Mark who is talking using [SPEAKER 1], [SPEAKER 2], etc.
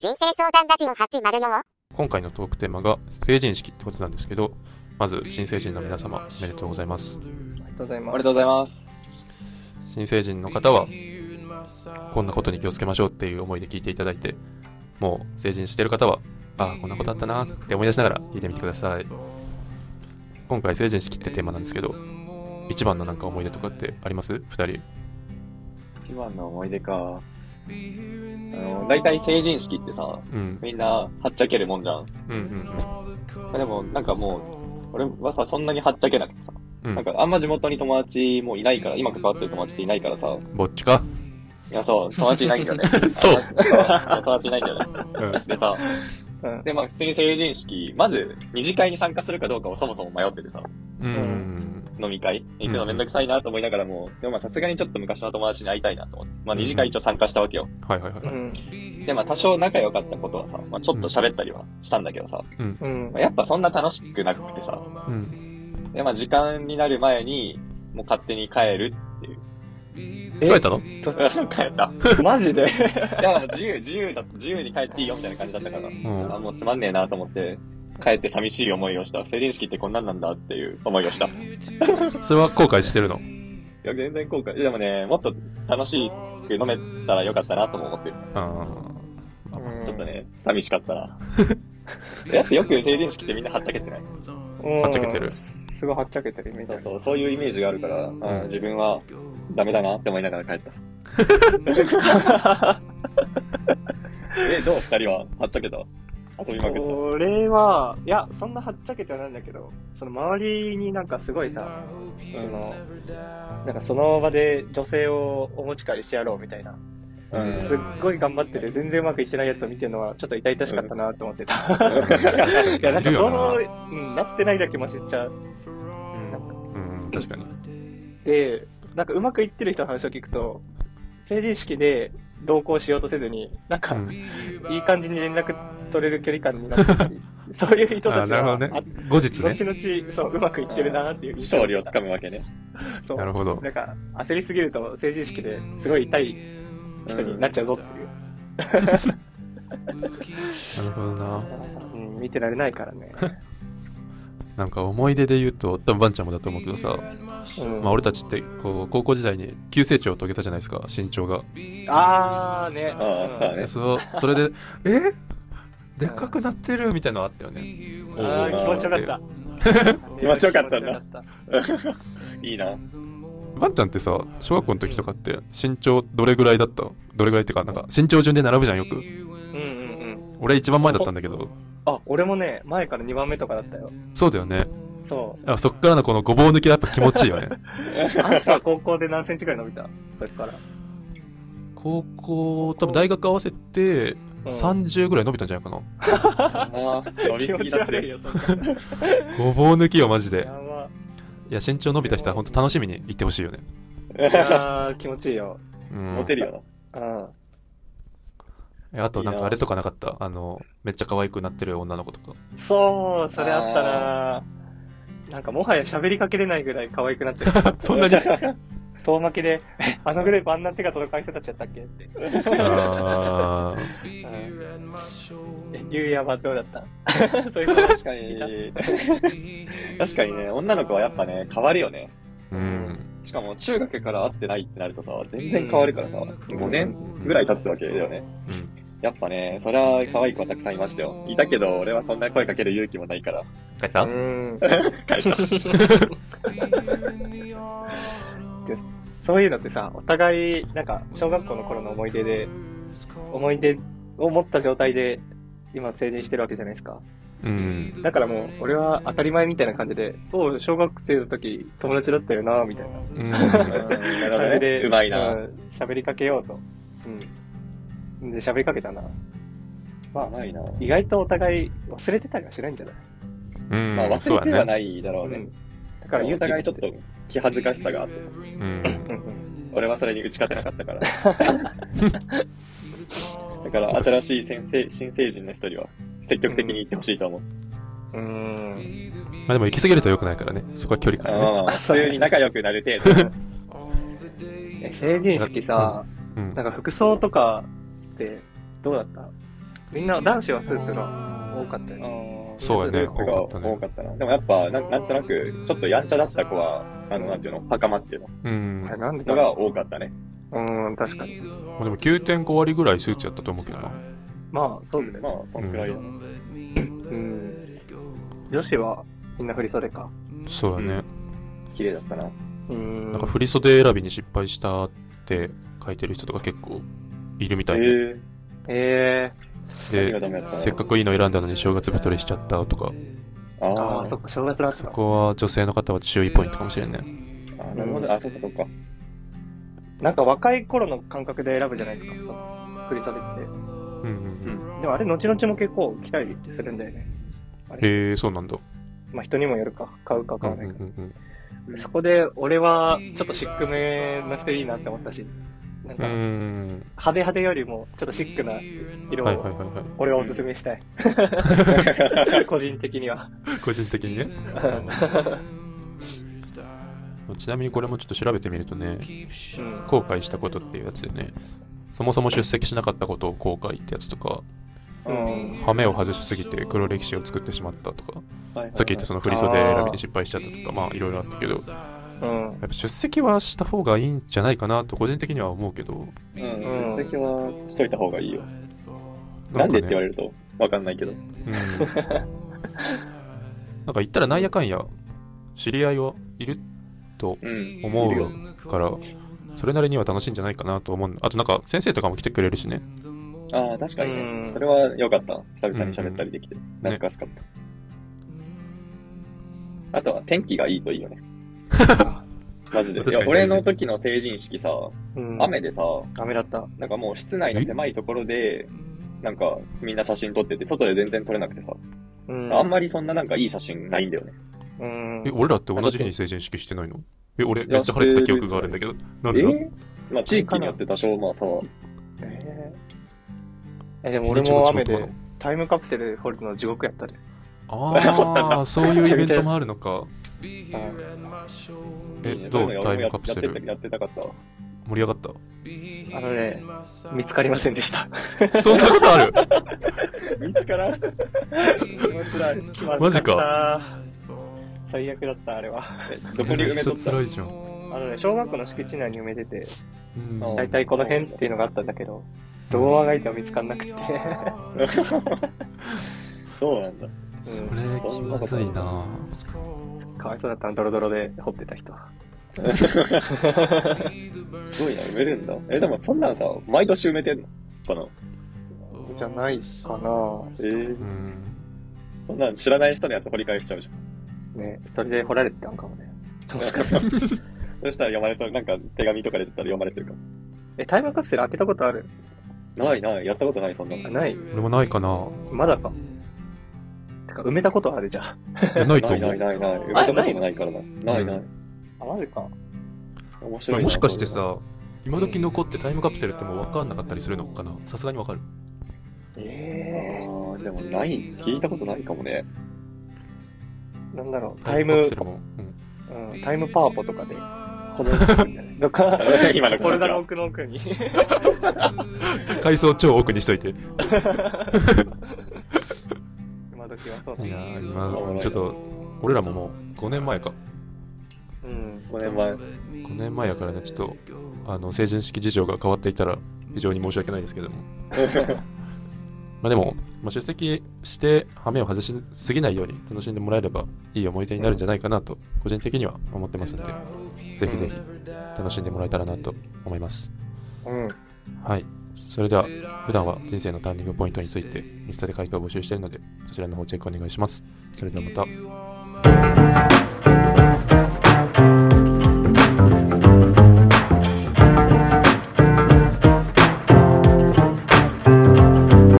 [SPEAKER 1] 人生相談ラジオ804
[SPEAKER 2] 今回のトークテーマが成人式ってことなんですけどまず新成人の皆様おめでとうございます
[SPEAKER 3] ありがとうございます。
[SPEAKER 4] おめでとうござい
[SPEAKER 3] ま
[SPEAKER 4] ます。
[SPEAKER 2] 新成人の方はこんなことに気をつけましょうっていう思いで聞いていただいてもう成人してる方はああこんなことあったなって思い出しながら聞いてみてください今回成人式ってテーマなんですけど一番のなんか思い出とかってあります2人
[SPEAKER 4] 一番の思い出か。あの、大体成人式ってさ、
[SPEAKER 2] うん
[SPEAKER 4] みんなはっちゃけるもんじゃん。
[SPEAKER 2] うんうん
[SPEAKER 4] でも、なんかもう、俺はさ、そんなにはっちゃけなくてさ、
[SPEAKER 2] うんう
[SPEAKER 4] な
[SPEAKER 2] ん
[SPEAKER 4] んかあんま地元に友達もいないから、今関わってる友達っていないからさ、
[SPEAKER 2] ぼっち か
[SPEAKER 4] いや、そう、友達いないんだよね。
[SPEAKER 2] そう、
[SPEAKER 4] 友達いないんだよね。
[SPEAKER 2] うん、
[SPEAKER 4] でさ、
[SPEAKER 3] うん
[SPEAKER 4] で、まあ普通に成人式、まず二次会に参加するかどうかをそもそも迷っててさ、
[SPEAKER 2] うん
[SPEAKER 4] 飲み会行くのめんどくさいなと思いながらも、でもまあさすがにちょっと昔の友達に会いたいなと思って、まあ二次会一応参加したわけよ。
[SPEAKER 2] はいはいは
[SPEAKER 3] う
[SPEAKER 2] い
[SPEAKER 3] ん。
[SPEAKER 4] で、まあ多少仲良かったことはさ、まあちょっと喋ったりはしたんだけどさ、
[SPEAKER 3] うん
[SPEAKER 4] まあ。やっぱそんな楽しくなくてさ、
[SPEAKER 2] うん
[SPEAKER 4] で、まあ時間になる前に、もう勝手に帰る っていう。
[SPEAKER 2] どうやったの
[SPEAKER 4] 帰った。
[SPEAKER 3] マジで
[SPEAKER 4] いや、自由、自由だ、自由に帰っていいよみたいな感じだったから、
[SPEAKER 2] ん
[SPEAKER 4] あもうつまんねえなと思って、帰って寂しい思いをした。成人式ってこんなんなんだっていう思いをした。い
[SPEAKER 2] それは後悔してるの
[SPEAKER 4] や、全然後悔。でもね、もっと楽しく飲めたらよかったなとも思ってる。
[SPEAKER 2] あ
[SPEAKER 4] ちょっとね、寂しかっ たな。やっぱよく成人式ってみんなはっちゃけてない
[SPEAKER 3] うん。
[SPEAKER 2] はっちゃけてる
[SPEAKER 3] すごいはっちゃけてるイメージ
[SPEAKER 4] そ
[SPEAKER 3] あ
[SPEAKER 4] う
[SPEAKER 3] る。
[SPEAKER 4] そう、そういうイメージがあるから、
[SPEAKER 2] ん
[SPEAKER 4] 自分はダメだなって思いながら帰 った。え、どう二人ははっちゃけた遊びまくっ
[SPEAKER 3] 俺は、いや、そんなはっちゃけてはないんだけど、その周りになんかすごいさ、その、なんかその場で女性をお持ち帰りしてやろうみたいな、
[SPEAKER 4] た。うん。
[SPEAKER 3] すっごい頑張ってて全然うまくいってないやつを見てるのはちょっと痛々しかったなと思 ってた。いや、なんかその、
[SPEAKER 2] い
[SPEAKER 3] うん、なってないだけマシっちゃう。うんなんか
[SPEAKER 2] あうん確かに
[SPEAKER 3] で、なんかうまくいってる人の話を聞くと、成人式で同行しようとせずに、なんか、
[SPEAKER 2] うん
[SPEAKER 3] いい感じに連絡取れる距離感になってたり、そう いう人たち
[SPEAKER 2] あ
[SPEAKER 3] は、
[SPEAKER 2] ーなるほ
[SPEAKER 3] あ
[SPEAKER 2] どね後日ね
[SPEAKER 3] 後々、そう、うまくいってるなっていう印象
[SPEAKER 4] 勝利をつかむわけね。
[SPEAKER 3] そう
[SPEAKER 2] なるほど
[SPEAKER 3] なんか、焦りすぎると成人式ですごい痛い人になっちゃうぞっていう。
[SPEAKER 2] なるほどな
[SPEAKER 3] うん、見てられないか らね。
[SPEAKER 2] なんか思い出で言うと多分バンちゃんもだと思うけどさ、
[SPEAKER 3] うん、
[SPEAKER 2] まあ、俺たちってこう高校時代に急成長を遂げたじゃないですか身長が
[SPEAKER 3] あーね。
[SPEAKER 4] あーそうだね
[SPEAKER 2] でそそれで えでっかくなってるみたいなのあったよね
[SPEAKER 3] うんあー気持ちよかった。
[SPEAKER 4] 気持ちよかったんだ
[SPEAKER 3] 気持ちよかっ
[SPEAKER 4] いいな。
[SPEAKER 2] バンちゃんってさ小学校の時とかって身長どれぐらいだったどれぐらいっていうかなんか身長順で並ぶじゃんよく
[SPEAKER 3] た。うんうんうん。
[SPEAKER 2] 俺一番前だったんだけど
[SPEAKER 3] あ、俺もね、前から2番目とかだったよ。
[SPEAKER 2] そうだよね
[SPEAKER 3] そう。
[SPEAKER 2] あそっからのこのごぼう抜きはやっぱ気持ちいいよね
[SPEAKER 3] あなたは高校で何センチくらい伸びたそれから。
[SPEAKER 2] 高校多分大学合わせて30ぐらい伸びたんじゃないかな、
[SPEAKER 4] あー伸び
[SPEAKER 3] 気
[SPEAKER 4] す
[SPEAKER 3] 持
[SPEAKER 4] ぎ
[SPEAKER 3] ち
[SPEAKER 4] だって
[SPEAKER 3] 悪い。よ、そんな
[SPEAKER 2] ごぼう抜きよマジで
[SPEAKER 3] やば
[SPEAKER 2] いや身長伸びた人は本当楽しみに行ってほしいよね
[SPEAKER 3] いやー気持ちいいよ。
[SPEAKER 2] うん
[SPEAKER 4] モテるよ
[SPEAKER 3] うん。
[SPEAKER 2] えあとなん
[SPEAKER 4] いい
[SPEAKER 2] か
[SPEAKER 4] な
[SPEAKER 2] あれとかなかったあのめっちゃ可愛くなってる女の子とか
[SPEAKER 3] そう、それあったなーなんかもはや喋りかけれないぐらい可愛くなってる。
[SPEAKER 2] そんなに
[SPEAKER 3] 遠巻きで、あのグループあんな手が届かない人たちやったっ けって。
[SPEAKER 2] あ
[SPEAKER 3] うんえゆうやはどうだった そういうこと
[SPEAKER 4] な。確かに。確かにね、女の子はやっぱね、変わるよね。
[SPEAKER 2] ー うん
[SPEAKER 4] しかも中学から会ってないってなるとさ、全然変わるからさ、5年ぐらい経つわけだよね。
[SPEAKER 2] うん
[SPEAKER 4] やっぱね、それは可愛い子はたくさんいましたよ。いたけど、俺はそんな声かける勇気もないから。
[SPEAKER 2] 帰った
[SPEAKER 3] うん
[SPEAKER 4] 帰った
[SPEAKER 3] そういうのってさ、お互い、なんか、小学校の頃の思い出で、思い出を持った状態で、今、成人してるわけじゃないですか。
[SPEAKER 2] うん
[SPEAKER 3] だからもう、俺は当たり前みたいな感じで、おう、小学生の時、友達だったよな、みたいな
[SPEAKER 2] うん
[SPEAKER 4] なるほ
[SPEAKER 3] 感
[SPEAKER 4] ど
[SPEAKER 3] じ
[SPEAKER 4] ね
[SPEAKER 3] で、
[SPEAKER 4] うまいな。
[SPEAKER 3] ん喋りかけようと。うん。で、喋りかけたな。ま
[SPEAKER 4] う
[SPEAKER 3] あ、
[SPEAKER 4] まいな。
[SPEAKER 3] 意外とお互い忘れてたりはしないんじゃない、
[SPEAKER 2] うん
[SPEAKER 4] まあ
[SPEAKER 2] そう
[SPEAKER 4] 忘
[SPEAKER 2] だ
[SPEAKER 4] れては
[SPEAKER 2] ね
[SPEAKER 4] ないだろうね。
[SPEAKER 3] ん。だから、
[SPEAKER 4] お互いちょっ
[SPEAKER 3] 持
[SPEAKER 4] と気恥ずかしさがあって、
[SPEAKER 2] う
[SPEAKER 3] てうんんうん
[SPEAKER 4] 俺はそれに打ち勝てなかったから。 だから新しい先生、新成人の人には積極的に行ってほしいと思う。
[SPEAKER 3] うん。
[SPEAKER 2] まあでも行き過ぎると良くないからねそこは距離感ね
[SPEAKER 4] ああ、そういうふうに仲良くなる 程度。
[SPEAKER 3] え成人式さ、
[SPEAKER 2] うん
[SPEAKER 3] なんか服装とかってどうだったみんな男子はスーツが多かったよね。
[SPEAKER 2] そうやね
[SPEAKER 4] スーツが
[SPEAKER 2] 多かったね
[SPEAKER 4] 多かったな。でもやっぱ、なんなんとなく、ちょっとやんちゃだった子は、あの、なんていうの、袴っていうの
[SPEAKER 2] うん
[SPEAKER 3] あれ。なんでだ
[SPEAKER 4] のが
[SPEAKER 3] ろ
[SPEAKER 4] 多かったね。
[SPEAKER 3] う。うん、確かに。
[SPEAKER 2] まあでも9.5割ぐらいスーツやったと思うけどな。
[SPEAKER 3] まあ、そうだね。
[SPEAKER 4] まあ、そんくらいだ。
[SPEAKER 3] うん。女子はみんな振り袖か。
[SPEAKER 2] そうやね。
[SPEAKER 4] 綺麗だったな。
[SPEAKER 3] うん。
[SPEAKER 2] なんか振袖選びに失敗したって書いてる人とか結構いるみたいで。
[SPEAKER 4] え
[SPEAKER 3] え
[SPEAKER 4] え何が
[SPEAKER 2] で、
[SPEAKER 4] ダメだったの
[SPEAKER 2] せっかくいいの選んだのに正月太りしちゃったとか、
[SPEAKER 3] ー、あ
[SPEAKER 4] あ
[SPEAKER 3] あ、
[SPEAKER 4] ー
[SPEAKER 3] そっか、正月だった
[SPEAKER 2] そ
[SPEAKER 3] な。
[SPEAKER 2] こは女性の方は注意ポイントかもしれんね。
[SPEAKER 4] あー、なるほど。あ、そっかそっか。
[SPEAKER 3] なんか若い頃の感覚で選ぶじゃないですか、その振り袖って。
[SPEAKER 2] うんうん。
[SPEAKER 3] でもあれ、後々も結構来たりするんだよね。
[SPEAKER 2] へえ、そうなんだ。
[SPEAKER 3] まあ人にもよるか、買うか
[SPEAKER 2] う
[SPEAKER 3] 買
[SPEAKER 2] んう
[SPEAKER 3] わ
[SPEAKER 2] ん
[SPEAKER 3] な
[SPEAKER 2] う
[SPEAKER 3] いか。
[SPEAKER 2] ん
[SPEAKER 3] そこで、俺はちょっとシックめの人いいなって思ったし、なん
[SPEAKER 2] う
[SPEAKER 3] か
[SPEAKER 2] ん。う
[SPEAKER 3] 派
[SPEAKER 2] ん。
[SPEAKER 3] 手派手よりもちょっとシックな色
[SPEAKER 2] はいはい
[SPEAKER 3] を
[SPEAKER 2] はいは
[SPEAKER 3] 俺はおすすめし たい。個人的には。
[SPEAKER 2] い。個人的にね。ちなみにこれもちょっと調べてみるとね、
[SPEAKER 3] うん
[SPEAKER 2] 後悔したことっていうやつでね、そもそも出席しなかったことを後悔ってやつとか、
[SPEAKER 3] うん
[SPEAKER 2] 羽目を外しすぎて黒歴史を作ってしまったとか、
[SPEAKER 3] はい
[SPEAKER 2] さっき言ったその振り袖選びに失敗しちゃったとか、まあいろいろあったけど、や
[SPEAKER 3] うん。
[SPEAKER 2] っぱ出席はした方がいいんじゃないかなと個人的には思うけど、
[SPEAKER 4] う
[SPEAKER 3] う
[SPEAKER 4] ん。
[SPEAKER 3] ん
[SPEAKER 4] 出席はしといた方がいいよ。な
[SPEAKER 2] なんかね
[SPEAKER 4] でって言われると、わかんないけど。
[SPEAKER 2] うん。なんか言ったらなんやかんや、知り合いはいると
[SPEAKER 4] うん。
[SPEAKER 2] 思
[SPEAKER 4] いるよ
[SPEAKER 2] うから、それなりには楽しいんじゃないかなと思う。あとなんか先生とかも来てくれるしね。
[SPEAKER 4] ああ、確かに
[SPEAKER 3] う
[SPEAKER 4] ね。
[SPEAKER 3] ん
[SPEAKER 4] それは良かった。久々に喋ったりできて。懐かしかった。あとは天気がいいといいよ ね。マジで。い
[SPEAKER 2] 確か
[SPEAKER 4] や
[SPEAKER 2] に
[SPEAKER 4] 俺の時の成人式さ、
[SPEAKER 3] うん
[SPEAKER 4] 雨でさ、
[SPEAKER 3] 雨だった。
[SPEAKER 4] なんかもう室内の狭いところで、なんかみんな写真撮ってて、外で全然撮れなくてさ、
[SPEAKER 3] うん。
[SPEAKER 4] あんまりそんななんかいい写真ないんだよね。
[SPEAKER 3] うん
[SPEAKER 2] え、。俺らって同じ日に成人式してないのえ、俺めっちゃ晴れてた記憶があるんだけど。なんでだ
[SPEAKER 4] えーまあ地域によって多少まあさ、
[SPEAKER 3] えーえ、でも俺も雨でタイムカプセル掘るの地獄やったで。
[SPEAKER 2] ああ、そういうイベントもあるのか。え、
[SPEAKER 4] いいね
[SPEAKER 2] ど
[SPEAKER 4] そういうの
[SPEAKER 2] タイ
[SPEAKER 4] が俺も
[SPEAKER 2] ム
[SPEAKER 4] や
[SPEAKER 2] カプセ
[SPEAKER 4] やっ
[SPEAKER 2] ル
[SPEAKER 4] てたやってたかったわ。
[SPEAKER 2] 盛り上がっ
[SPEAKER 3] あのね、見つかりませんでした。
[SPEAKER 2] た。 そんなことある
[SPEAKER 4] 見つからん。辛い。
[SPEAKER 3] 気まず
[SPEAKER 2] マジ
[SPEAKER 3] かった。最悪だった、あれは。
[SPEAKER 4] どこに埋め と
[SPEAKER 2] それめっちゃ辛い
[SPEAKER 4] った
[SPEAKER 2] じゃん。
[SPEAKER 3] あのね、小学校の敷地内に埋めてて、
[SPEAKER 2] うん
[SPEAKER 4] あ
[SPEAKER 3] だいたいこの辺っていうのがあったんだけど、どうあがいても見つかんなくて。
[SPEAKER 4] そうなんだ。
[SPEAKER 2] そ
[SPEAKER 3] うん
[SPEAKER 2] れ気まずいな
[SPEAKER 3] かわいそうだったな、ドロドロで掘ってた人は。
[SPEAKER 4] すごいな、埋めるんだ。え、でもそんなんさ、毎年埋めてんのかな
[SPEAKER 3] じゃないかな
[SPEAKER 4] えー
[SPEAKER 2] う、ん。
[SPEAKER 4] そんなん知らない人のやつ掘り返しちゃうじゃん。
[SPEAKER 3] ね、それで掘られてたんかもね。
[SPEAKER 4] もしかしたら。そしたら読まれてる、なんか手紙とかで出てたら読まれてるかも。
[SPEAKER 3] え、タイムカプセル開けたことある
[SPEAKER 4] ないない、やったことない、そんなの
[SPEAKER 3] あない
[SPEAKER 2] 俺もないかな
[SPEAKER 3] まだか。てか、埋めたことあるじゃん。
[SPEAKER 2] いやないと思
[SPEAKER 4] ないな
[SPEAKER 2] う
[SPEAKER 4] い。ないない。埋めたこともないからな。ないない。
[SPEAKER 3] あ、マジか。
[SPEAKER 4] 面白いな。
[SPEAKER 2] もしかしてさ、今時残ってタイムカプセルってもう分かんなかったりするのかなさすがに分かる。
[SPEAKER 4] あ
[SPEAKER 3] え
[SPEAKER 4] ー。でもない、聞いたことないかもね。
[SPEAKER 3] ー、なんだろう、
[SPEAKER 2] タ
[SPEAKER 3] タ
[SPEAKER 2] イ
[SPEAKER 3] イ
[SPEAKER 2] ムカ
[SPEAKER 3] ム
[SPEAKER 2] プセ、ルも。うん
[SPEAKER 3] うん、タイムパワポとか で、この、とか、
[SPEAKER 4] 今の
[SPEAKER 3] フォルダの
[SPEAKER 4] こ
[SPEAKER 3] 奥の奥 に。
[SPEAKER 2] 階層超奥にしといて。い
[SPEAKER 3] 今時はそう
[SPEAKER 2] や
[SPEAKER 3] だね。
[SPEAKER 2] ー今、ちょっと、俺らももう5年前か。
[SPEAKER 3] うん。
[SPEAKER 4] 5年前。
[SPEAKER 2] 5年前やからね、ちょっと、あの、成人式事情が変わっていたら、非常に申し訳ないですけども。まあでも、まあ、出席して、羽目を外しすぎないように楽しんでもらえれば、いい思い出になるんじゃないかなと、個人的には思ってますんで、ぜひぜひ、楽しんでもらえたらなと思います。
[SPEAKER 3] うん。
[SPEAKER 2] はい。それでは、普段は人生のターニングポイントについて、インスタで回答を募集しているので、そちらの方チェックお願いします。それではまた。